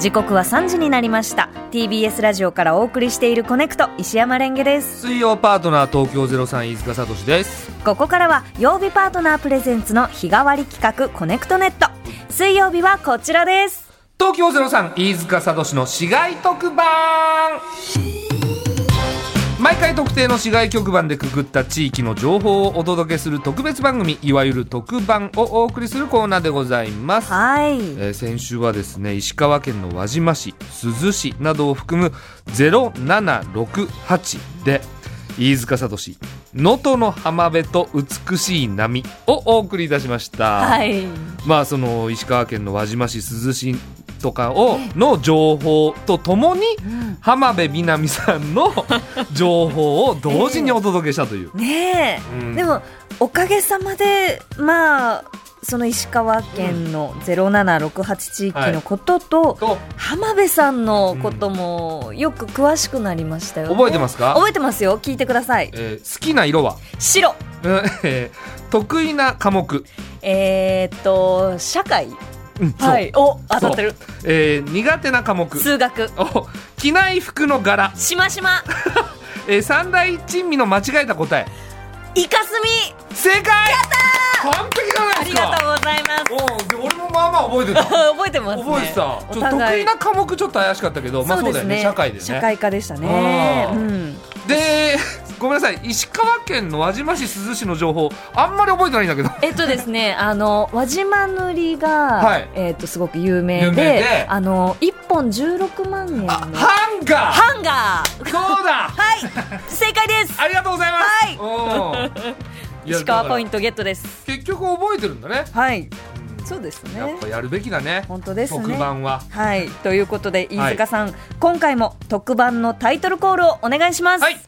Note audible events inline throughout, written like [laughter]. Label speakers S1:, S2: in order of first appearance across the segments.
S1: 時刻は3時になりました TBS ラジオからお送りしているコネクト石山レンゲです
S2: 水曜パートナー東京03飯塚聡です
S1: ここからは曜日パートナープレゼンツの日替わり企画コネクトネット水曜日はこちらです
S2: 東京03飯塚聡の市街特番毎回特定の市街局番でくくった地域の情報をお届けする特別番組いわゆる特番をお送りするコーナーでございます
S1: はい
S2: えー先週はですね石川県の輪島市珠洲市などを含む0768で飯塚聡能登の浜辺と美しい波をお送りいたしました、
S1: はい
S2: まあその石川県の輪島市珠洲市とかをの情報とともに浜辺美波さん
S1: [laughs]
S2: の情報を同時にお届けしたという、
S1: ねえ、
S2: うん
S1: でもおかげさまでまあその石川県の0768地域のことと、
S2: と
S1: 浜辺さんのこともよく詳しくなりましたよ、ね
S2: 覚えてますか
S1: 覚えてますよ聞いてください
S2: えー好きな色は、 [laughs]
S1: 白
S2: うんえー得意な科目、
S1: えー、っと社会
S2: うんそう
S1: はいお当たってる
S2: えー苦手な科目
S1: 数学
S2: お着ない服の柄、
S1: しましま
S2: えー三大珍味の間違えた答え
S1: イカスミ
S2: 正解完璧じゃな
S1: あ
S2: いで
S1: り
S2: すか
S1: がとうございます
S2: おう俺もまあまあ覚えてた
S1: 覚えてますね
S2: 覚えてたちょ
S1: お
S2: っと得
S1: 互
S2: 意
S1: い
S2: な科目ちょっと怪しかったけどまあそうだよね社会で
S1: 社
S2: ね
S1: 会科でしたね
S2: あ
S1: う
S2: ー
S1: ん
S2: で [laughs] ごめんなさい石川県の輪島市珠洲市の情報あんまり覚えてないんだけど
S1: えっとですね、あの輪島塗が、
S2: はい
S1: えっとすごく有名で、
S2: 有名で
S1: あの一本十六万円の
S2: あハンガー
S1: ハンガー。
S2: そ
S1: [laughs]
S2: うだ
S1: はい、
S2: [laughs]
S1: 正解です。
S2: ありがとうござい
S1: はい
S2: ま
S1: [laughs]
S2: すはい
S1: 石川ポイン
S2: ト
S1: トゲットです。
S2: 結局覚えてるんだね
S1: はい、
S2: うん
S1: そうですね
S2: やっぱやるべきだね
S1: 本当ですね
S2: 特番は
S1: はい、ということで飯塚さん、今回も特番のタイトルコールをお願いします。
S2: はい。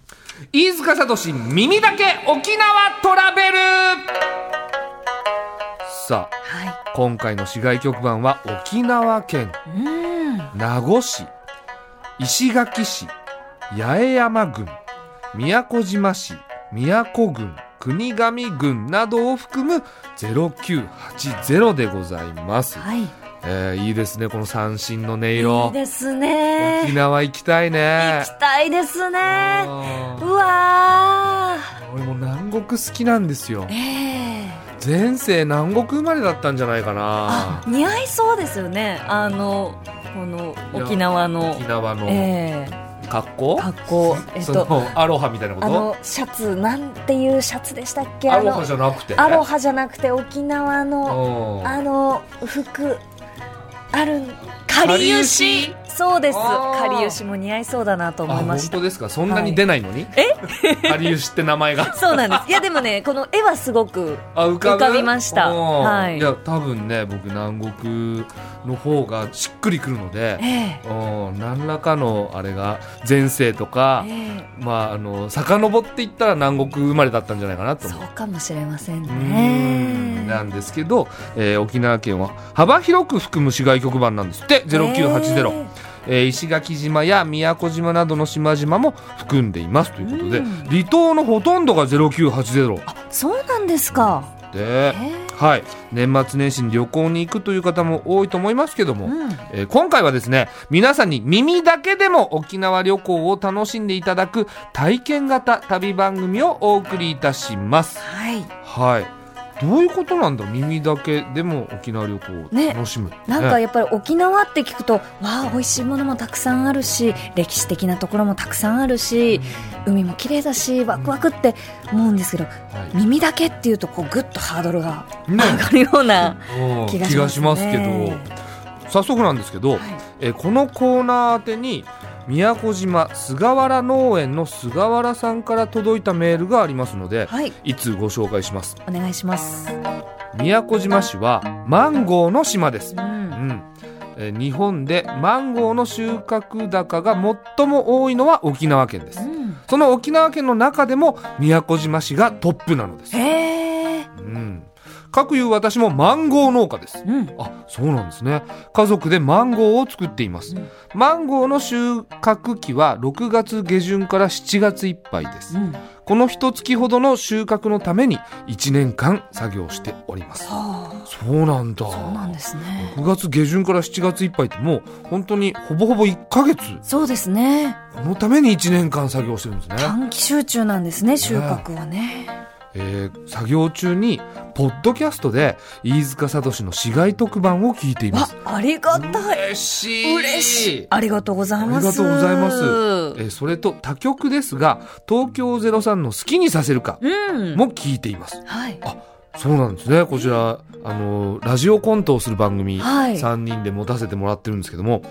S2: 飯塚聡耳だけ沖縄トラベルさ
S1: は
S2: あ
S1: い、
S2: 今回の市外局番は沖縄県
S1: うん、
S2: 名護市石垣市八重山郡宮古島市宮古郡国頭郡などを含む0980でございます、
S1: はい、
S2: えーいいですねこの三振の音
S1: いい
S2: 色
S1: です
S2: 沖
S1: ね。
S2: 縄行きたいね
S1: 行きたいですね。
S2: うん
S1: うわ
S2: 俺も南国好きなんですよ
S1: ー、ええ
S2: 前世南国生まれだったんじゃないか
S1: あ
S2: な
S1: 似合いそうですよねあのこの沖縄の
S2: 沖縄の
S1: ええ
S2: 格好
S1: 格好えっ
S2: その
S1: と
S2: アロハみたいなこ
S1: あ
S2: と
S1: のシャツなんていうシャツでしたっけ
S2: ア
S1: あ
S2: ロ
S1: の
S2: ハじゃなくて
S1: アロハじゃなくて沖縄の
S2: うん
S1: あの服あるんかりゆし
S2: か
S1: そうです
S2: あー
S1: かりゆしも似合いそうだなと
S2: あ
S1: 思いま
S2: 本
S1: した
S2: 当ですかそんなに出ないのにえハリウシって名前が
S1: そうなんですいやでも
S2: [laughs]
S1: ねこの絵はすごく
S2: あ浮かぶ
S1: [laughs] 浮かびました
S2: うん
S1: はい
S2: いや多分ね僕南国の方がしっくりくるので
S1: ええ
S2: うん何らかのあれが前世とか
S1: ええ
S2: まああの遡っていったら南国生まれだったんじゃないかなと思
S1: そううかもしれません
S2: うーん
S1: ね
S2: なんですけど、えー沖縄県は幅広く含む市外局番なんですって0980、えー石垣島や宮古島などの島々も含んでいますということで
S1: うん
S2: 離島のほとんどが0980
S1: そうなんですか
S2: で
S1: え、え
S2: はい、年末年始に旅行に行くという方も多いと思いますけども、
S1: うん
S2: えー今回はですね皆さんに耳だけでも沖縄旅行を楽しんでいただく体験型旅番組をお送りいたします。
S1: はい
S2: はい。どういうことなんだ耳だけでも沖縄旅行を
S1: ね
S2: 楽しむ。
S1: なんか
S2: ね
S1: やっぱり沖縄って聞くと、わあ、美味しいものもたくさんあるし、歴史的なところもたくさんあるし、海も綺麗だし、ワクワクって思うんですけど、
S2: は
S1: 耳だけっていうと、こう、ぐっとハードルが
S2: い、ね
S1: 上がるよ
S2: [laughs]
S1: うな
S2: うん
S1: 気
S2: 気
S1: が
S2: が
S1: しますね。
S2: しますけど、早速なんですけど、
S1: はい
S2: えーこのコーナー宛てに宮古島菅原農園の菅原さんから届いたメールがありますので、
S1: はい、
S2: いつご紹介します。
S1: お願いします。
S2: 宮古島市はマンゴーの島です。
S1: う。
S2: うんん。えー日本でマンゴーの収穫高が最も多いのは沖縄県です
S1: う。ん
S2: その沖縄県の中でも宮古島市がトップなのです。
S1: へえ。
S2: うん、かくいう私もマンゴー農家です
S1: うん
S2: あそうなんですね家族でマンゴーを作っています、
S1: うん
S2: マンゴーの収穫期は6月下旬から7月いっぱいです、
S1: うんは
S2: この一月ほどの収穫のために1年間作業しております
S1: あ
S2: そうなんだ
S1: そうなんですね
S2: 6月下旬から7月いっぱいってもう本当にほぼほぼ1ヶ月
S1: そうですね
S2: このために1年間作業してるんですね、
S1: 短期集中なんですね収穫はね
S2: えー作業中にポッドキャストで飯塚聡の市街特番を聞いていま
S1: わ
S2: す
S1: ありがたい
S2: 嬉しい
S1: 嬉しいありがとうございます
S2: ありがとうございます
S1: う
S2: えーそれと他局ですが東京03の好きにさせるか
S1: ん
S2: も聞いています
S1: はい
S2: そうなんですねこちらあのーラジオコントをする番組
S1: はい
S2: 3人で持たせてもらってるんですけども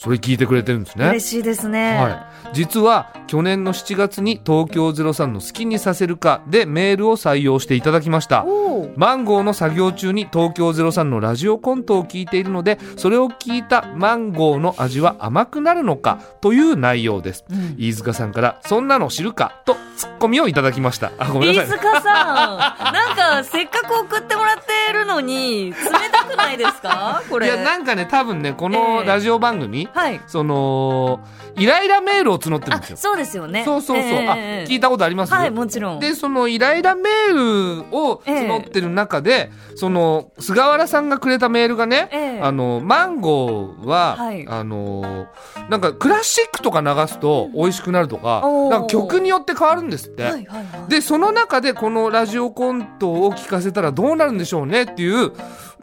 S2: それ聞いてくれてるんですね
S1: 嬉しいですね
S2: はい、実は去年の7月に東京03の「好きにさせるか」でメールを採用していただきました
S1: おー
S2: マンゴーの作業中に東京03のラジオコントを聞いているのでそれを聞いたマンゴーの味は甘くなるのかという内容です
S1: うん
S2: 飯塚さんから「そんなの知るか」とツッコミをいただきましたあごめんな
S1: 飯
S2: さいね
S1: 塚さん、なんかせっかく送ってもらってるのに、冷たくないです [laughs] かこ
S2: い
S1: れ。
S2: やなんかね多分ねこの
S1: ええ
S2: ラジオ番組、
S1: はい。
S2: そのイライラメールを募ってるん
S1: あ
S2: です、よ
S1: そうですよね。
S2: そうそうそう、
S1: ええ
S2: あ聞いたことあります
S1: はい、もちろん。
S2: でそのイライラメールを募ってる中で、その菅原さんがくれたメールがね、
S1: ええ
S2: あのマンゴーは、
S1: はい
S2: あのなんかクラシックとか流すと美味しくなるとか,、
S1: おー
S2: なんか曲によって変わるんですって。
S1: はいはいはい。
S2: でその中でこのラジオコントを聞かせたらどうなるんでしょうねっていう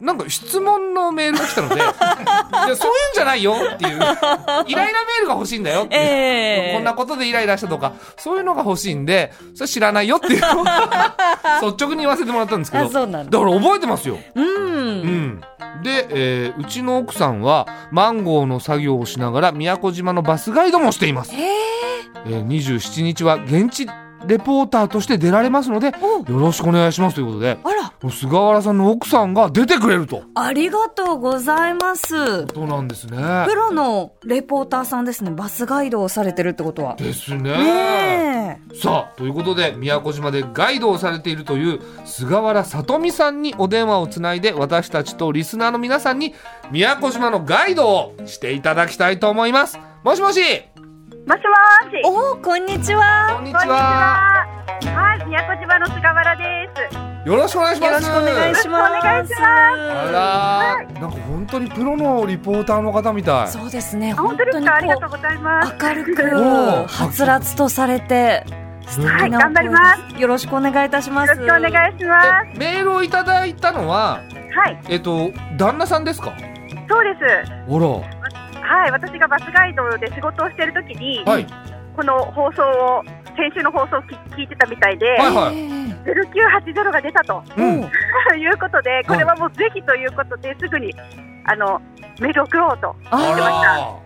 S2: なんか質問のメールが来たの
S1: [laughs]
S2: でいやそういうんじゃないよっていうイライラメールが欲しいんだよっていう。
S1: ええ
S2: こんなことでイライラしたとか、そういうのが欲しいんで、それ知らないよっていうのを [laughs] 率直に言わせてもらったんですけど、
S1: あ、
S2: だか
S1: そうなんだ。
S2: ら覚えてますよ。
S1: う。
S2: うんん。で、えーうちの奥さんは、マンゴーの作業をしながら、宮古島のバスガイドもしています。
S1: へえ。
S2: えー27日は現地レポーターとして出られますので、よ
S1: お
S2: ろしくお願いしますということで、
S1: あら、
S2: 菅原さんの奥さんが出てくれると。
S1: ありがとうございます。
S2: そうなんですね。
S1: プロのレポーターさんですね。バスガイドをされてるってことは。
S2: ですね。
S1: ねえ。
S2: さあということで宮古島でガイドをされているという菅原さとみさんにお電話をつないで私たちとリスナーの皆さんに宮古島のガイドをしていただきたいと思いますもしもし
S3: もしもーし。こん
S1: おお、こんにちは。
S2: こん
S3: に
S2: に
S3: ち
S2: ちは
S3: は。はい、宮古島の菅原です。
S2: よろしくお願いします
S1: よろしくお願いし
S3: お願
S1: ま
S3: い
S1: す
S3: し。
S2: あらーなんか本当にプロのリポーターの方みたい
S1: そうですね。
S3: あ、本
S1: 本
S3: 当で
S1: 当
S3: す
S1: に
S3: か。ありがと
S1: こ
S3: うございます。
S1: う、明るく
S2: おー、
S1: はつらつとされて、素敵なお声です
S3: はい頑張りま
S1: よろしくお願いいたします。
S3: よろしくお願いします。
S2: えメールをいただいたのは
S3: はい、
S2: えっと旦那さんですか
S3: そうです。
S2: あら
S3: はい、私がバスガイドで仕事をしてる時に、
S2: はい
S3: この放送を先週の放送を聞聞いてたみたいで、
S2: は
S1: い。
S2: い
S3: 0980が出たと [laughs]
S2: うん
S3: いうことで、これはもうぜひということで、すぐにあのメール送ろうと。
S2: あら
S3: は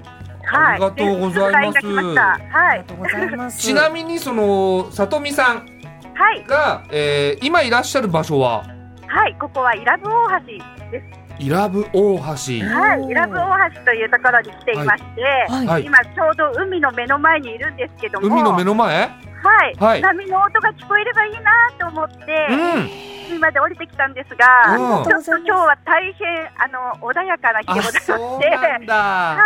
S2: ありがとうございます
S3: でぐ LINE が来ました。は
S1: ありが、
S3: い
S1: とうございます。
S2: ちなみにそのさとみさん
S3: はい、
S2: が、えー今いらっしゃる場所は
S3: はい、ここは伊良部大橋です。
S2: 伊良部大
S1: は
S2: 橋
S3: はい、伊良部大橋というところに来ていまして、
S1: はい、
S2: はい
S3: 今ちょうど海の目の前にいるんですけども、
S2: 海の目の前
S3: はい、
S2: はい
S3: 波の音が聞こえればいいなと思って、
S2: うん
S3: 海まで降りてきたんですが、
S2: うん
S3: ちょっと今日は大変あの穏やかな気
S2: あ
S3: 持ちでして、
S2: そうなんだ
S3: は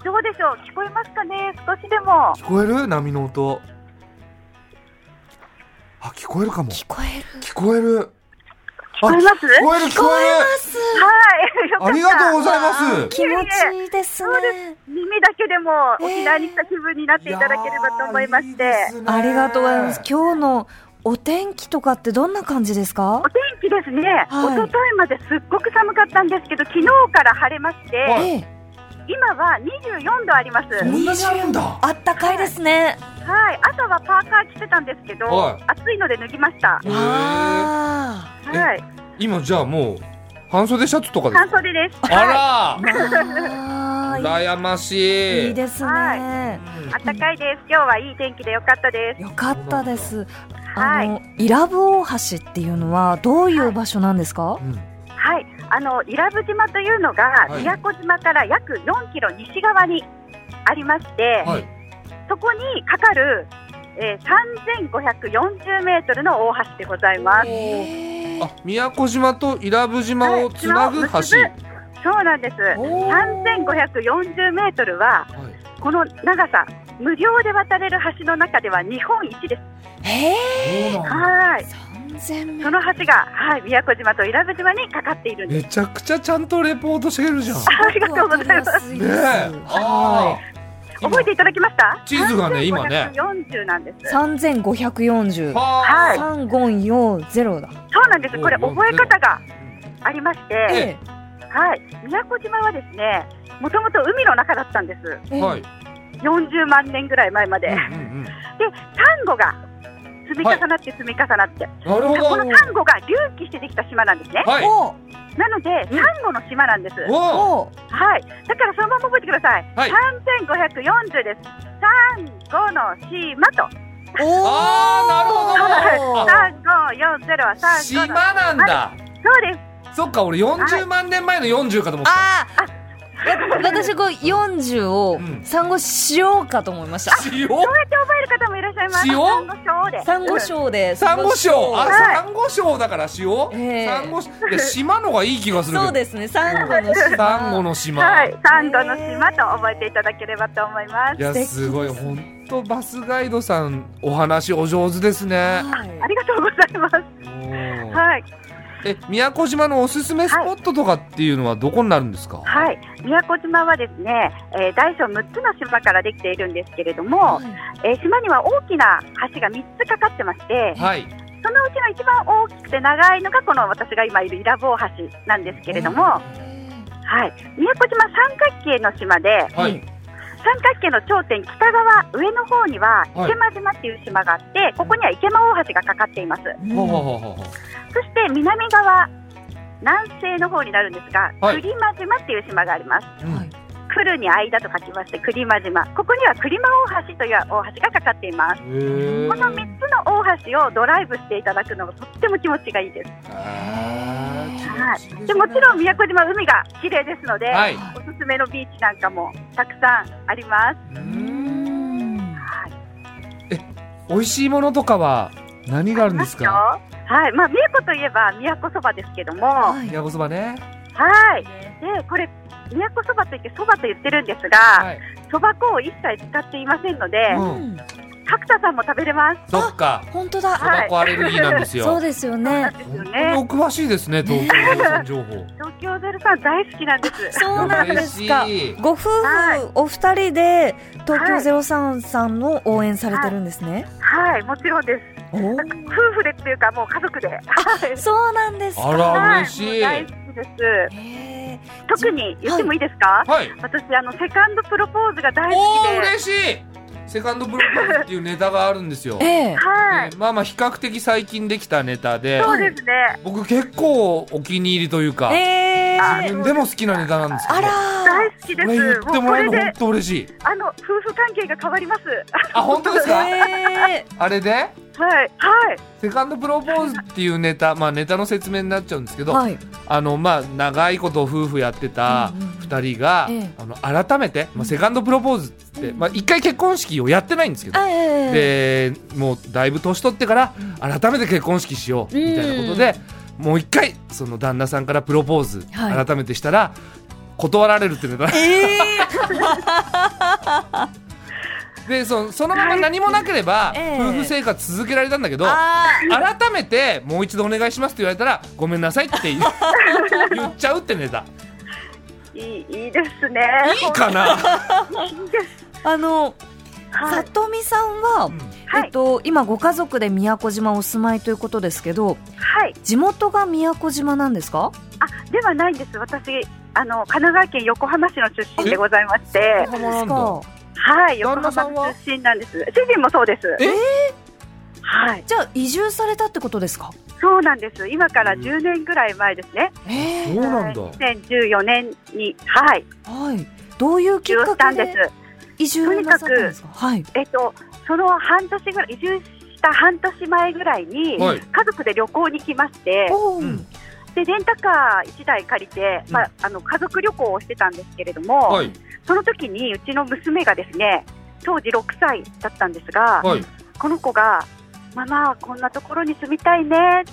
S3: い、どうでしょう、聞こえますかね、少しでも。
S2: 聞こえる波の音あ聞こえるかも
S1: 聞こえる。
S2: 聞こえる
S3: 聞こえます
S2: 聞こえる聞こえ
S1: す。
S3: はい、よ
S2: る
S3: か
S2: ありがとうご
S3: っ
S2: ざいます
S1: 気持ちいいですね。
S3: た。耳だけでも沖縄に来た気分になっていただければと思いまして、
S2: いやーいいですね
S1: ありがとうございます。今日のお天気とかってどんな感じですか
S3: お？天気ですね、
S1: はい
S3: 一昨日まですっごく寒かったんですけど、昨日から晴れまして、
S2: はい
S1: ええ、
S3: 今は24度あります。
S2: そんなにあるんだ
S1: あったかいですね。
S3: はい、朝はパーカー着てたんですけど、
S2: はい
S3: 暑いので脱ぎました。
S2: へー
S1: あ
S2: え
S3: はい、
S2: 今じゃあもう半袖シャツとかです
S3: 半
S2: か
S3: 袖です。はい、
S2: あ
S1: ーまあ、
S2: ら羨ましい
S1: いいです
S3: は
S1: ね。
S2: うん
S3: 暖かいです。今日はいい天気で良かったです。
S1: よかったです。
S3: は
S1: あ
S3: い、
S1: の、伊良部大橋っていうのはどういう場所なんですか？
S2: うん
S3: はい、あの伊良部島というのが、
S2: はい
S3: 宮古島から約4キロ西側にありまして、
S2: はい
S3: そこにかかる、えー、3540メートルの大橋でございます。
S1: へー
S2: あ宮古島と伊良部島をつなぐ橋、
S3: はいつなそうなんです。
S2: おー
S3: 3540メートル
S2: は
S3: は
S2: い
S3: この長さ無料で渡れる橋の中では日本一です。
S1: へ
S2: そうなんだ
S3: はい。
S1: え3000
S3: そ
S1: メ
S3: の橋がはい宮古島と伊良部島にかかっているんです。
S2: めちゃくちゃちゃんとレポートしてるじゃん。ね
S3: ありがとうございます。
S1: ね
S2: え。あー今
S3: 覚えていただきました？
S2: 地図がね今ね。
S3: 3540なんです。
S1: 3540
S2: は
S3: はい
S1: 三五四ゼロだ。
S3: そうなんです。これ
S2: お
S3: 覚え方がありまし
S2: え
S3: て、
S2: え
S3: はい。宮古島はですね、もともと海の中だったんです。
S2: い。
S1: え
S2: はい。
S3: 40万年ぐらい前まで。で、
S2: うんうんうん
S3: サンゴが積み重なって積み重なっ
S2: な
S3: て、
S2: るほど。
S3: このサンゴが隆起してできた島なんですね。
S2: はい。
S1: お
S3: なので、
S2: うん
S3: サンゴの島なんです。
S2: おお。
S1: お
S3: はい。だからそのまま覚えてください。
S2: はい
S3: 3540です。サンゴの島と。
S1: お
S2: あ
S1: ー
S2: ーな
S3: 3540はサンゴ
S2: 島
S3: の
S2: なんだ。
S3: そう
S2: [laughs]
S3: です。
S2: そっか俺40万年前の40かと思った。
S1: あー。私こう40を
S2: うん
S1: 産後しようかと思いました。
S2: 塩
S3: そうやって覚える方もいらっしゃいます。
S2: 塩
S3: サンゴ礁で。
S1: 産後賞で。
S2: サンゴ礁。あ、
S3: はい
S2: サンゴ礁だから塩
S1: ええ
S2: サンゴ礁。いや島のがいい気がする
S1: そう
S2: け
S1: ですね。産後の
S2: ど。
S1: 島。
S2: サンゴ
S1: の。
S2: の島。
S3: はい、サンゴの島と覚えていただければと思います。
S2: いや
S1: 素敵です
S2: すごい本当バスガイドさんお話お上手ですね。
S3: ありがとうございます。
S2: おー
S3: はい、
S2: え宮古島のおすすめスポットとかっていうのはどこになるんですか。
S3: はい、宮古島はですね、えー大小6つの島からできているんですけれども、えー島には大きな橋が3つかかってまして、
S2: はい。
S3: そのうちの一番大きくて長いのがこの私が今いる伊良部大橋なんですけれども、は
S1: え
S3: い、宮古島三角形の島で、
S2: はい。
S3: 三角形の頂点北側上の方には
S2: はい
S3: 池間島っていう島があって、ここには池間大橋がかかっています。
S1: ー
S2: ほうほうほうほうほう。
S3: そして南側南西の方になるんですが、
S2: はい
S3: 栗間島っていう島があります。
S2: うん
S1: はい
S3: 来るに間と書きまして栗間島ここには栗間大橋という大橋がかかっています
S2: へえ
S3: この3つの大橋をドライブしていただくのがとっても気持ちがいいです
S2: あ
S3: は
S2: ー気持ちいい
S3: い、
S2: で
S3: で
S2: ね
S3: すもちろん宮古島海が綺麗ですので、
S2: はい。
S3: おすすめのビーチなんかもたくさんあります
S2: う
S1: うんん
S2: 美味しいものとかは何があるんですか。
S3: ありますよはいまあ、宮古といえば宮古そばですけどもは
S1: はい
S2: 宮古そばね。
S3: いでこれ宮古そばといってそばと言ってるんです
S2: は
S3: が
S2: い。
S3: そば粉を一切使っていませんので
S2: う
S1: うん
S3: 角田さんも食べれます
S2: そっか。
S1: 本当
S2: そ
S1: だ。
S2: ば粉アレルギーなんです
S1: そう
S2: よ。
S1: ですよ
S3: そう
S1: ね
S3: なん。です
S2: 本
S3: よ
S2: 当に
S3: ね
S2: お詳しいですね東京のさん情報。
S3: 東京ゼロさん大好きなんです。
S1: そうなんですか
S2: 嬉しい。
S1: ご夫婦
S3: はい
S1: お二人で東
S3: は
S1: 京
S3: い
S1: ゼロ三さんの応援されてるんですね。
S3: はい、もちろんです。
S1: お
S3: 夫
S1: ー
S3: 婦でっていうか、もう家族で。はい
S1: そうなんですか。
S2: あら
S3: はい
S2: 嬉しい
S3: もう大好きです。
S1: へ
S3: 特に言ってもいいですか？
S2: はい。
S3: 私あのセカンドプロポーズが大好
S2: お
S3: き
S2: お
S3: で、
S2: 嬉しい。セカンドプロポーズっていうネタがあるんですよ
S1: ー。 [laughs] ええ。
S3: はい
S2: えー、まあまあ比較的最近できたネタで
S3: そうですね。
S2: 僕結構お気に入りというか、
S1: ええ。
S3: あ
S2: 自分でも好きなネタなんですけど
S1: あら
S3: 大好きで
S2: これ言っ
S3: す。
S2: て
S3: もう
S2: も
S3: こ
S2: らえる
S3: れ
S2: の本
S3: で
S2: 当嬉しい
S3: あの夫婦関係が変わります。 [laughs]
S2: あ本当です
S1: ー。
S2: か、
S1: ええ。
S2: あれで
S3: はいはい
S2: セカンドプロポーズっていうネタまあネタの説明になっちゃうんですけど、
S1: はい。
S2: あのまあ長いこと夫婦やってた
S1: うんうんうん
S2: 2人が、
S1: ええ
S2: あの改めて、まあ、セカンドプロポーズっつって、
S1: うん
S2: まあ、1回結婚式をやってないんですけど、
S1: あええ。
S2: でもうだいぶ年取ってから改めて結婚式しようみたいなことで、もう一回その旦那さんからプロポーズ
S1: はい
S2: 改めてしたら、断られるっていうの
S1: [laughs]
S2: が
S1: ええ。
S2: でそのそのまま何もなければ、
S1: ええ
S2: 夫婦生活続けられたんだけど
S1: ああ。
S2: 改めてもう一度お願いしますって言われたらごめんなさいって
S1: [laughs]
S2: 言う言っちゃうってネタ
S3: いいいいですね。
S2: いいかな、
S1: あの、
S3: はい
S1: さとみさんは
S2: うん。
S3: はい
S1: えっと、今ご家族で宮古島お住まいということですけど
S3: はい。
S1: 地元が宮古島なんですか
S3: あではないんです。私あの神奈川県横浜市の出身でございまして。
S2: そうなんだ
S1: そう
S3: は
S2: 旦
S3: い、横
S2: 那さ
S3: 浜
S2: んは
S3: の出身なんです。主人もそうです。
S2: え
S3: はい、
S1: じゃあ移住されたってことですか
S3: そうなんです。今から
S2: うん
S3: 10年ぐらい前ですね。
S1: え
S2: そ
S1: え
S2: うなんだ
S3: 2014年に、はい、
S1: はいどういう
S3: 移
S1: きっ
S3: 住した
S1: か
S3: ん
S1: け
S3: で。
S1: です移住なさったんですかはい
S3: えっと、その半年ぐらい、移住した半年前ぐらいに、
S2: はい
S3: 家族で旅行に来まして、
S1: おー
S2: うん
S3: で、レンタカー1台借りて、
S2: うん
S3: まあ、あの、家族旅行をしてたんですけれども、
S2: はい
S3: その時にうちの娘がですね、当時6歳だったんですが、
S2: はい
S3: この子が、ママ、こんなところに住みたいねっ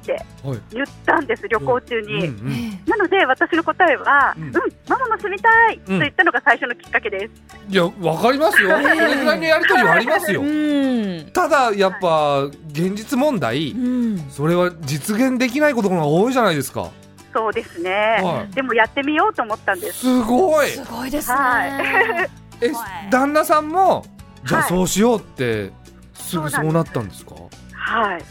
S3: って
S2: はい
S3: 言ったんです、旅行中
S2: うんう
S3: に。
S2: ん
S1: え
S3: なので私の答えは、
S2: う
S3: うんん、ママも住みたいと言ったのが最初のきっかけです。
S2: いやわかりますよそれぐらいのやりとりはあります
S1: え
S2: よ
S1: うん
S2: ただやっぱ現実問題
S1: うん
S2: それは実現できないことの方が多いじゃないですか
S3: そうですね、
S2: はい
S3: でもやってみようと思ったんです。
S2: すごい
S1: すごいですね、
S3: は
S2: え
S1: はい
S2: 旦那さんもじゃあ
S3: はい
S2: そうしようってすぐ
S3: そう
S2: そ
S3: なんです
S2: うなったんですか
S3: はい。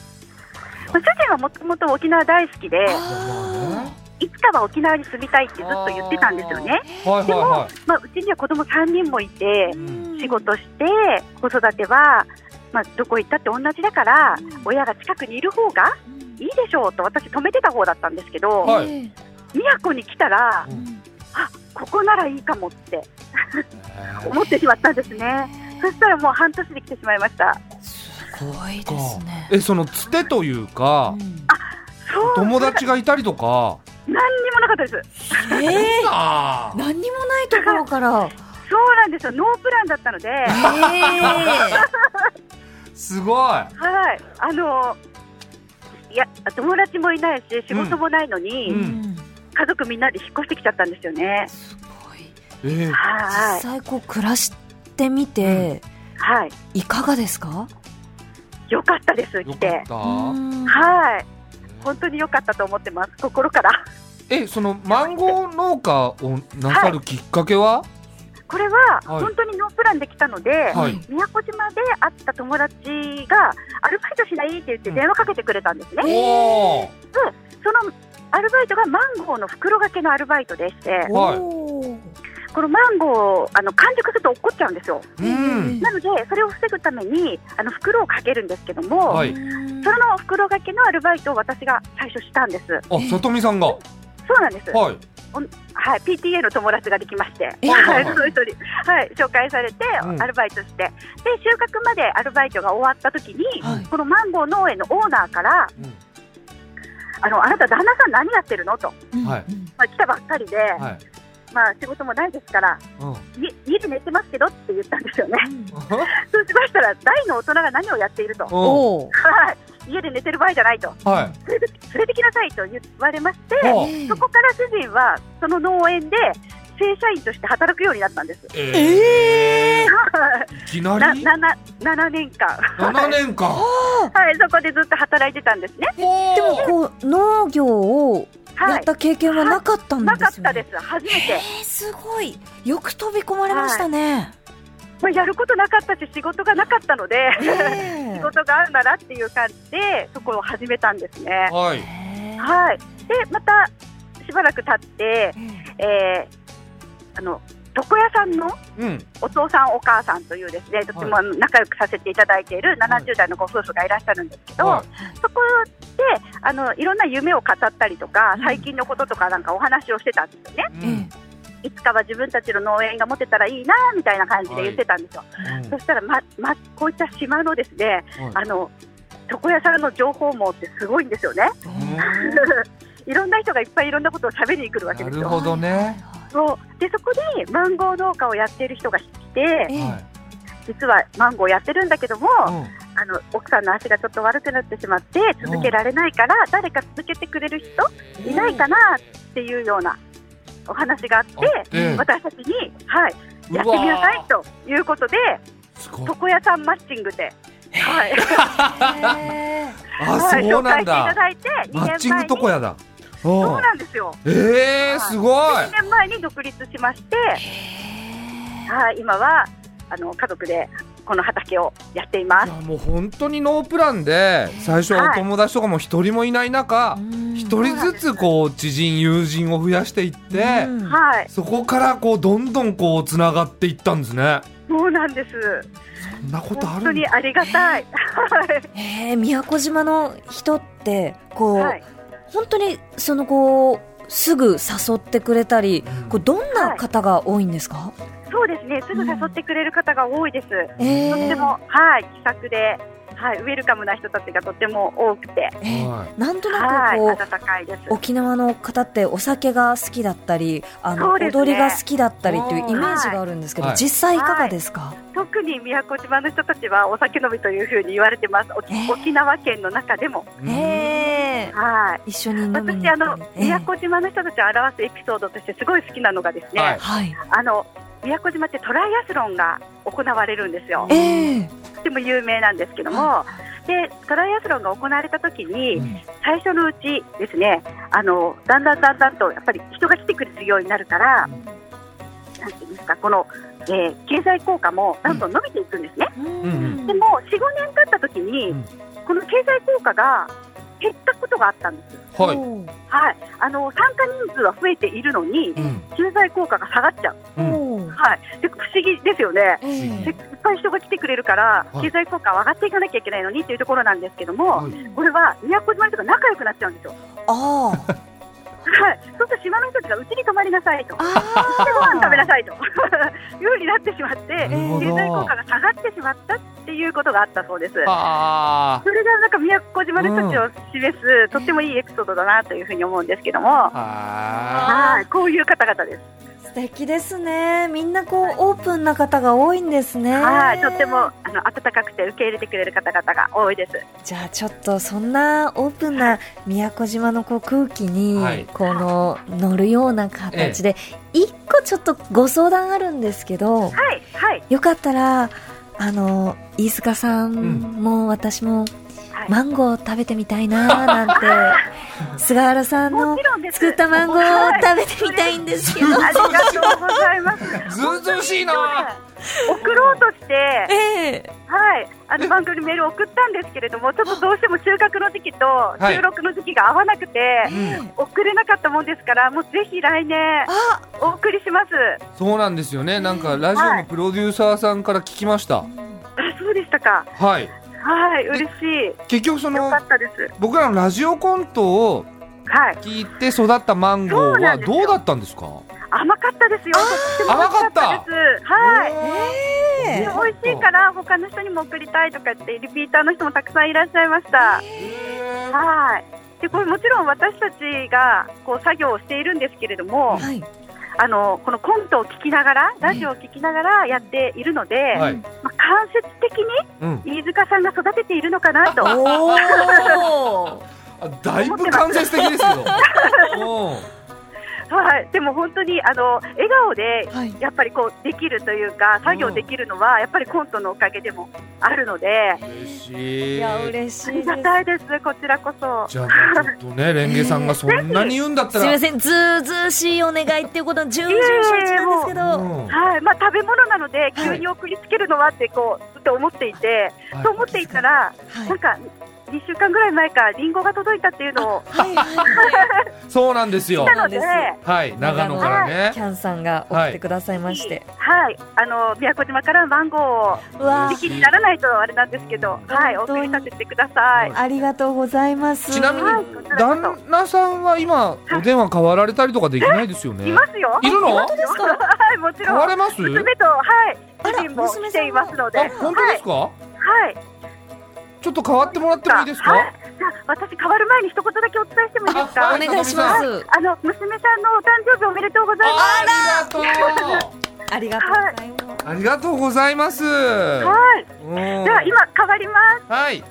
S3: まあ主人はもともと沖縄大好きで、
S1: あ
S3: いつかは沖縄に住みたいってずっと言ってたんですよね。
S2: はいはい
S3: でも、
S2: は
S3: まあ、うちには子供3人もいて
S1: ー、 [laughs]
S3: 仕事して、子育ては、まあ、どこ行ったって同じだから、親が近くにいる方がいいでしょうと私止めてた方だったんですけど、
S2: はい
S1: ええ
S3: 宮古に来たら
S2: う、ん
S3: ここならいいかもって
S2: い
S3: 思ってしまったんですね。そしたらもう半年で来てしまいました。
S1: すごいですね
S2: えそのつてというか
S1: うん
S3: そう、
S2: 友達がいたりとか
S3: 何にもなかったです。
S1: ええ
S2: あー
S1: 何にもないところから
S3: そうなんですよ。ノープランだったので、
S1: え
S3: は
S1: え
S2: すごい
S3: い、あの。いや友達もいないし仕事もないのに、
S2: うん
S1: うん
S3: 家族みんなで引っ越してきちゃったんですよね。
S1: すごい
S2: えー
S3: は
S1: 実際こう暮らしてみて
S3: い、はい、
S1: いかがですか
S3: 良かったです
S2: よ
S3: 来
S2: か
S3: て
S2: っ、
S1: うん
S3: はい、本当に良かったと思ってます心から。
S2: たえそのマンゴー農家をなさるきっかけは
S3: これは
S2: はい
S3: 本当にノープランで来たので、
S2: はい
S1: うん
S3: 宮古島で会った友達がアルバイトしないって言って電話かけてくれたんですね、
S2: おー
S3: そのアルバイトがマンゴーの袋掛けのアルバイトでして
S2: はい
S1: おー
S3: このマンゴーあの完熟すると落っこっちゃうんですよ
S2: うん
S3: なのでそれを防ぐためにあの袋をかけるんですけども、
S2: はい
S3: その袋掛けのアルバイトを私が最初したんです
S2: あ里見さんがは
S3: そうなんです、はい、
S2: い
S3: PTA の友達ができまして、
S1: え
S3: はい、
S2: はい
S3: その人に、はい、紹介されて、
S2: うん
S3: アルバイトしてで収穫までアルバイトが終わった時に、
S1: はい
S3: このマンゴー農園のオーナーから
S2: うん
S3: あのあなた旦那さん何やってるのと、
S2: はい
S1: うん
S3: まあ、来たばっかりで、
S2: はい
S3: まあ、仕事もないですから
S2: うん
S3: 家家で寝てますけどって言ったんですよね
S1: うん
S3: そうしましたら大の大人が何をやっていると、
S2: うん
S1: おー
S3: はい家で寝てる場合じゃないと
S2: はい
S3: 連れて連れてきなさいと言われまして
S2: は
S1: ええ
S3: そこから主人はその農園で正社員として働くようになったんです。
S2: えー
S3: はい
S2: いきな
S3: な
S2: り
S3: 7, 7年間、 [laughs]
S2: 7年間
S3: はい、そこでずっと働いてたんですね、
S1: でもこう農業をや
S3: は
S1: っ
S3: い、
S1: た経験はなかったんですよ
S3: な
S1: ね
S3: かったです、初めて、
S1: えー、すごいよく飛び込まれましたね、
S3: まあ、やることなかったし、仕事がなかったので、
S1: え
S3: 仕事があるならっていう感じで、そこを始めたんですね。
S2: はい
S1: え
S3: はい、で、またしばらく経って、えーあの床屋さんの
S2: うん
S3: お父さん、お母さんというですね、とても仲良くさせていただいている70代のご夫婦がいらっしゃるんですけど、
S2: はい
S3: そこであのいろんな夢を語ったりとか、最近のこととかなんかお話をしてたんですよね。
S2: う
S1: え
S2: ん
S3: いつかは自分たちの農園が持てたらいいなみたいな感じで言ってたんですよ、
S2: うん
S3: そしたら、まま、こういった島のですねあの床屋さんの情報網ってすごいんですよね、
S2: うん
S3: [laughs] いろんな人がいっぱいいろんなことを喋りに来るわけです
S2: なる
S3: よ。
S2: ほどね
S3: そうでそこでマンゴー農家をやっている人が来て
S1: ええ
S2: はい
S3: 実はマンゴーやってるんだけども、
S2: うん
S3: あの奥さんの足がちょっと悪くなってしまって続けられないから、誰か続けてくれる人いないかなっていうようなお話があって、
S2: ええ
S3: 私たちに、はい、やってみなさいということです
S2: ごい
S3: 床屋さんマッチングで、はい、
S1: え
S2: あ
S3: はい
S2: そうなん
S3: 紹介
S2: だ
S3: していただいて2年
S2: マ
S3: 前に
S2: ッチング床屋だ
S3: そう
S2: お
S3: なんですよ
S2: えー、すごい
S3: 2年前に独立しまして、はい、今はあの家族でこの畑をやってい
S2: い
S3: ます
S2: やもう本当にノープランで最初はお友達とかも一人もいない中一人ずつこう知人友人を増やしていって
S1: うん
S3: はい
S2: そこからこうどんどんこうつながっていったんですね
S3: そうなんです
S2: そんなことあ
S3: 本
S2: る
S3: 当
S2: ん
S3: に
S2: だ
S3: ありがたい、
S1: えー宮古島の人ってこう、
S3: はい、
S1: 本当にそのこうすぐ誘ってくれたり
S2: うん
S1: こうどんな方が多いんですか、
S3: そうですねすぐ誘ってくれる方が多いです、
S1: え
S3: とって
S1: ー
S3: も、はい、気さくで、はい、ウェルカムな人たちがとっても多くて、
S1: えー
S2: はい
S1: なんとな
S3: は
S1: く
S3: い、
S1: こう、
S3: 温かいです。
S1: 沖縄の方ってお酒が好きだったりあの、
S3: そうですね
S1: 踊りが好きだったりっていうイメージがあるんですけど、
S2: はい
S1: 実際いかがですか、
S3: 特に宮古島の人たちはお酒飲みというふうに言われてます。沖
S1: えー
S3: 沖縄県の中でも、
S2: う
S1: えね
S3: はい。
S1: 一緒に飲みに行
S3: 私あ
S1: った
S3: の
S1: りね
S3: 宮古島の人たちを表すエピソードとしてすごい好きなのがですね、
S2: はい
S1: はい
S3: あの宮古島ってトライアスロンが行われるんですよ
S1: え。え
S3: とても有名なんですけども、でトライアスロンが行われた時に、
S2: うん
S3: 最初のうちですね、あのだんだんだんだんとやっぱり人が来てくれるようになるから、なんていうんですかこの、えー経済効果もどんどん伸びていくんですね。
S2: ん
S3: でも4、5年経った時に、
S2: うん
S3: この経済効果が減ったことがあったんです。
S2: はい。
S1: おー
S3: はい、あの参加人数は増えているのに、
S2: うん。
S3: 経済効果が下がっちゃう、
S2: うん。
S1: おー
S3: はい、で不思議ですよね、
S1: ええ
S3: でいっぱい人が来てくれるから、
S2: はい
S3: 経済効果は上がっていかなきゃいけないのにというところなんですけども、
S2: はい
S3: これは宮古島の人が仲良くなっちゃうんですよ、
S1: あー
S3: はい、そうすると島の人たちがうちに泊まりなさいと、うち
S1: あ
S3: でご飯食べなさいと [laughs] いうふうになってしまって、
S2: なるほ
S3: 経済効
S2: ど
S3: 果。が下がってしまったっていうことがあったそうです。
S2: あ
S3: それがなんか宮古島の人たちを示す、とってもいいエピソードだなというふうに思うんですけども
S2: あ。、ああ。
S3: はい、こういう方々です。
S1: ー [laughs] 素敵ですねみんなこうオープンな方が多いんですね
S3: はい、とってもあの温かくて受け入れてくれる方々が多いです。
S1: じゃあちょっとそんなオープンな宮古島のこう空気に
S2: はい
S1: この乗るような形で一個ちょっとご相談あるんですけど
S3: はい、はい、
S1: よかったらあの飯塚さんも私も
S3: はい
S1: マンゴー食べてみたいななんて
S3: [laughs]
S1: 菅原さん
S3: も
S1: の
S3: ちろんです。
S1: 作ったマンゴーを食べてみたいんですけど
S3: はいありがとうございます。
S2: ずうずうしいな
S3: 送ろうとして、
S1: ええ
S3: はい、あの番組にメールを送ったんですけれども、ちょっとどうしても収穫の時期と
S2: い
S3: 収録の時期が合わなくて、
S2: うん。
S3: 送れなかったもんですから、もうぜひ来年
S1: あ
S3: お送りします。
S2: そうなんですよね。なんかラジオのプロデューサーさんから聞きました。
S3: あ、そうでしたか。
S2: はい。
S3: はい、嬉しい。よ
S2: 結局その
S3: かったです。
S2: 僕らのラジオコントを
S3: はい、
S2: 聞いて育ったマンゴーはどうだったんですか？
S3: 甘かったですよ。とっても美味しかったです。はい。
S1: ええ
S3: 美味しいから他の人にも送りたいとか言ってリピーターの人もたくさんいらっしゃいました。はい。でこれもちろん私たちがこう作業をしているんですけれども、
S1: はい
S3: あのこのコントを聞きながらラジオを聞きながらやっているので、
S2: はい。
S3: まあ、間接的
S2: うん。
S3: に飯塚さんが育てているのかなと。はい。
S1: おー
S2: あだいぶ間接的ですよ。う
S3: でも本当にあの笑顔で
S1: はい
S3: やっぱりこうできるというか作業できるのはやっぱりコントのおかげでもあるので、
S2: ん。嬉しい。
S1: いや嬉し
S3: あ
S1: いで
S3: り
S1: す
S3: がたいですこちらこそ。
S2: じゃあちょっとね、レンゲさんがそんなに言うんだっ
S1: [laughs]
S2: た
S1: すみ
S2: ら
S1: ま。せん、ずうずうしいお願いっていうことは順々承知なんですけど、
S2: うん
S3: はい、まあ食べ物なので
S1: は
S3: 急
S1: い
S3: に送りつけるのはってこうずっと思っていて、
S2: はい
S3: と思っていたら、
S1: はい
S3: なんか2週間ぐらい前からリンゴが届いたっていうのを
S1: はいは
S2: そうなんです
S1: そ
S2: よ
S3: な。
S1: うな
S3: の
S1: んで
S3: です
S2: はい、長野から
S1: い、
S2: [laughs] ね
S1: キ。ャンさんが送ってくださいまして、
S3: はい、あの宮古島からの番号を
S1: うわ
S3: 時期にならないとあれなんですけど、はい、お
S1: 本当
S3: 送
S1: に
S3: りさせてください。
S1: ありがとうございます。
S2: ちなみに
S3: はい、こちらこ
S2: 旦那さんは今、お電話変わられたりとかできないですよ
S3: そ
S2: ね
S3: い。ますよ。
S2: いるの
S1: 本当ですか？
S3: はい、もち
S2: 変
S3: ろ
S2: わ
S3: ん
S2: れます
S3: 娘とはい、
S1: あら
S3: 主人も来ていますので、は
S2: あ
S3: い、、
S2: 本当ですか、
S3: はい。
S2: ちょっと変わってもらってもいいですか、
S3: はいじゃあ私変わる前に一言だけお伝えしてもいいです
S2: あ
S3: か？
S2: は
S1: お願いします。
S3: あの娘さんのお誕生日おめでとうございます。
S2: あありがとう
S1: ありがとうございます。
S2: ありがとうございます
S3: はい。
S2: うん
S3: じゃあ今変わります。
S2: はい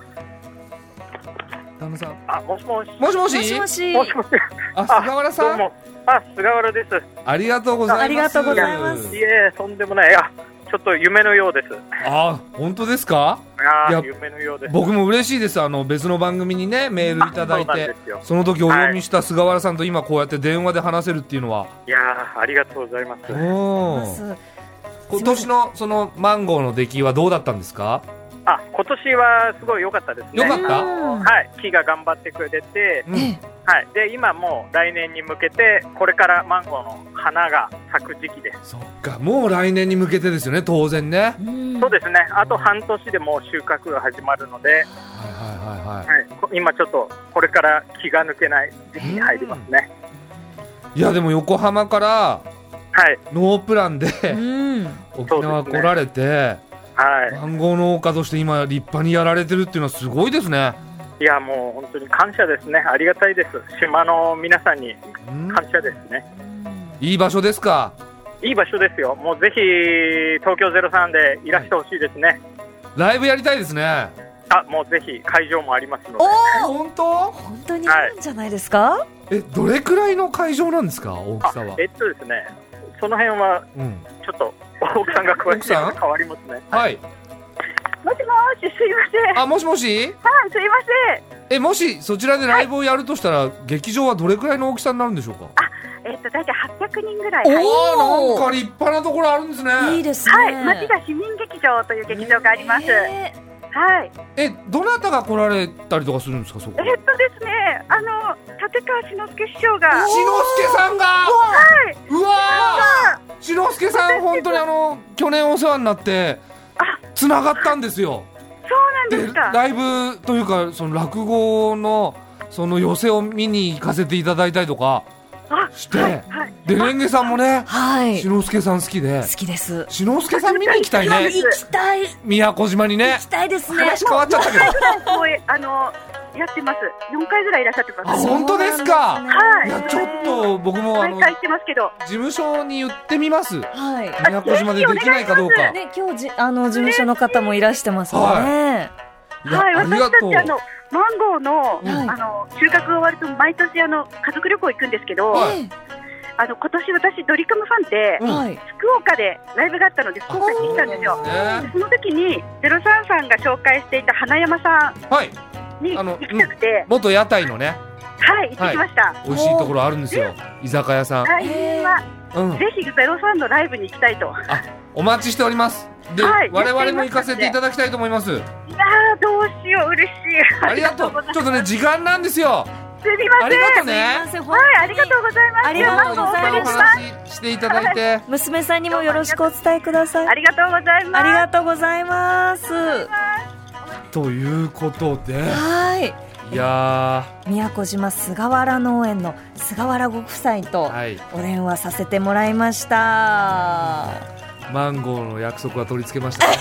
S2: 旦那さん
S4: あ、もしもし。
S2: もしもし
S1: もしもし、
S4: もしもし。
S2: あ、菅原
S4: ど
S2: さ
S4: うんも。あ、菅原です。
S2: ありがとうございます
S1: ありがとうございます
S4: いえ、とんでもない。あ、ちょっと夢のようです。
S2: あ、本当ですか
S4: あ
S2: いや
S4: ー、夢のようです。
S2: 僕も嬉しいですあの別の番組にねメールいただい
S4: あそうなん
S2: て
S4: ですよ
S2: その時お読みした菅原さんと今こうやって電話で話せるっていうのは、
S4: いやー、ありがとうございます。
S2: うん今年のそのマンゴーの出来はどうだったんですか
S4: あ、今年はすごい良かったですね。
S2: 良かった
S4: はい、木が頑張ってくれて、
S2: うん
S1: え
S4: はい、で、今もう来年に向けて、これからマンゴーの花が咲く時期です。
S2: そっかもう来年に向けてですよね当然ね
S1: えうん
S4: そうですね、あと半年でもう収穫が始まるので、
S2: はいはいはいはい
S4: はい、こ今ちょっとこれから気が抜けない時期に入りますね。
S2: いやでも横浜から
S4: はい、
S2: ノープランで
S1: うん、
S2: 沖縄来られて、
S4: はい。
S2: マンゴー農家として今立派にやられてるっていうのはすごいですね。
S4: いやもう本当に感謝ですね、ありがたいです、島の皆さんに
S2: うん
S4: 感謝ですね、
S2: いい場所ですか。
S4: いい場所ですよ、もうぜひ東京03でいらしてほしいですね、
S2: ライブやりたいですね。
S4: あもうぜひ会場もありますので、
S1: おお
S2: 本当
S1: 本当にあるんじゃないですか、
S2: えどれくらいの会場なんですか大き
S4: あ
S2: さは
S4: えっとですね、その辺は
S2: うん
S4: ちょっと奥さんが詳しいの
S2: 奥さ
S4: で変わりますね。
S2: はい
S3: もしもし、すいません。
S2: あもしもし
S3: はい、すいません。
S2: えもしそちらでライブをやるとしたら劇場はどれくらいの大きさになるんでしょうか
S3: えっと、大体800人ぐらい
S1: おー
S3: 入る。
S2: あーなんか立派なところあるんですね
S1: いいですね。
S3: はい、町田市民劇場という劇場があります。
S1: え
S3: はい。
S2: えどなたが来られたりとかするんですかそこ
S3: えっとですね、あの、立川志の輔師匠が、
S2: 志の輔さんがうわー志の輔さん本当にあの去年お世話になってつながったんですよ
S3: そうなんで
S2: です
S3: か。
S2: ライブというかその落語のその寄せを見に行かせていただいたりとか
S3: あ
S2: して、
S3: はい。
S2: でレンゲさんもね
S1: ーはい
S2: 志。の輔さん好きで
S1: 好きです。
S2: 志の輔さん見に行きたい
S1: 行
S2: ね
S1: きたい。
S2: 宮古島にね
S1: 行きたいですね。
S2: 話変わっちゃったけど
S3: もう、えあの、やってます。4回ぐらいいらっしゃってま
S2: あ
S3: す。
S2: 本当ですか
S3: はいい。
S2: やちょっと僕もあ
S3: 毎
S2: の
S3: 回行ってますけど。
S2: 事務所に言ってみます
S1: はい。
S2: 宮古島でできないかどうか
S1: ね、今日じ、あの、事務所の方もいらしてますもんね。
S2: いや
S3: はい、
S2: あり
S3: 私
S2: が
S3: た
S2: とう
S3: ちあのマンゴーの,、
S1: い
S3: あの収穫が終わると毎年あの家族旅行行くんですけど、
S2: はい
S1: ね
S3: あの今年私ドリカムファンで、
S2: うん
S1: はい。
S3: 福岡でライブがあったので福岡に来たんですよ。
S2: ね
S3: その時にゼロ三さんが紹介していた花山さ
S2: はい
S3: んに
S2: あの
S3: 行きたくて、
S2: 元屋台のね
S3: はい行ってきました。
S2: 美味しいところあるんですよ居酒屋さん
S3: 来年は
S2: うん
S3: ぜひゼロ三のライブに行きたいと。
S2: お待ちしておりますで
S3: はい
S2: 我々も行かせていただきたいと思います
S3: いやーどうしよう嬉しい。
S2: ありが
S3: [laughs]
S2: とうちょっとね時間なんですよ
S3: すみま
S2: あり
S3: せん。
S2: が
S1: す
S2: とう
S1: いま
S2: ね
S1: せん本
S3: はいあ
S1: 当
S3: り
S1: に
S3: がとうございます。
S1: ありがとうございま
S2: お
S1: した
S2: 話ししていただいて
S1: 娘さんにもよろしくお伝えください。
S3: ありがとうございます。
S1: ありがとうございます。は
S2: ということで
S1: い。
S2: いや
S1: 宮古島菅原農園の菅原ご夫妻
S2: ー
S1: と
S2: はい
S1: お電話させてもらいました。
S2: マンゴーの約束は取り付けました
S1: [laughs]
S2: ね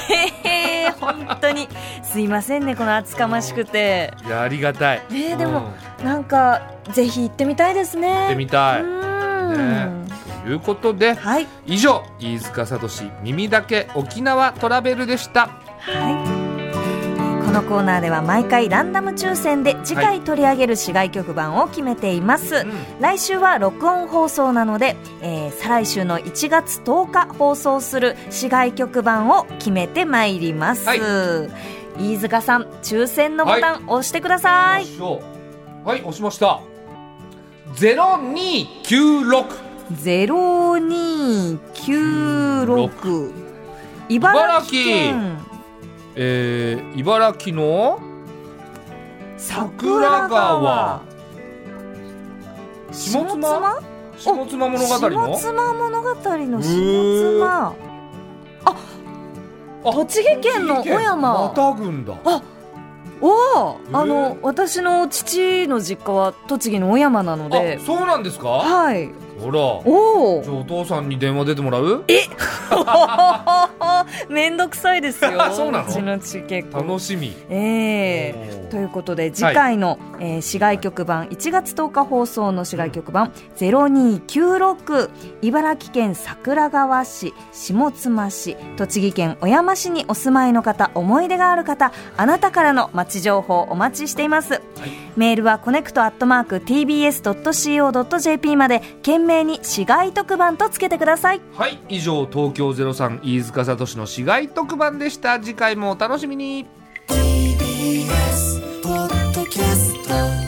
S1: へへ本当にすいませんねこの厚かましくて。
S2: いやありがたい
S1: ねえで
S2: うん
S1: も
S2: 行
S1: なんかぜひ行ってみたいですね。行
S2: ってみたい
S1: うん。
S2: ということで
S1: はい
S2: 以上飯塚聡耳だけ沖縄トラベルでした
S1: はい。このコーナーでは毎回ランダム抽選で次回取り上げる市外局番を決めています。
S2: うん
S1: 来週は録音放送なので、えー再来週の1月10日放送する市外局番を決めてまいります、
S2: はい
S1: 飯塚さん抽選のボタン、押してください
S2: はい押しました0296
S1: 0296茨城県
S2: えー、茨城の桜川下
S1: 下
S2: 妻
S1: 妻
S2: 下妻物語の
S1: 下妻物語の
S2: へー
S1: 下妻
S2: あ
S1: 栃木県の
S2: 栃木県
S1: 小山
S2: また郡だ
S1: おお
S2: へー
S1: あの私の父の実家は栃木の小山なので
S2: あそうなんですか
S1: はい
S2: ほら
S1: お
S2: [laughs] じゃあお父さんに電話出てもら
S1: お
S2: う
S1: めんどくさいですよ
S2: [laughs] そうなの
S1: ちの父結構
S2: 楽しみ
S1: ええ
S2: おー
S1: ということで次回の、えー市外局版1月10日放送の市外局版0296茨城県桜川市下妻市栃木県小山市にお住まいの方思い出がある方あなたからの街情報お待ちしています、メールはコネクトアットマーク TBS.CO.JP まで懸命に市外特番とつけてください
S2: はい以上東京03飯塚聡の市街特番でした次回もお楽しみに
S5: TBS ポッドキャスト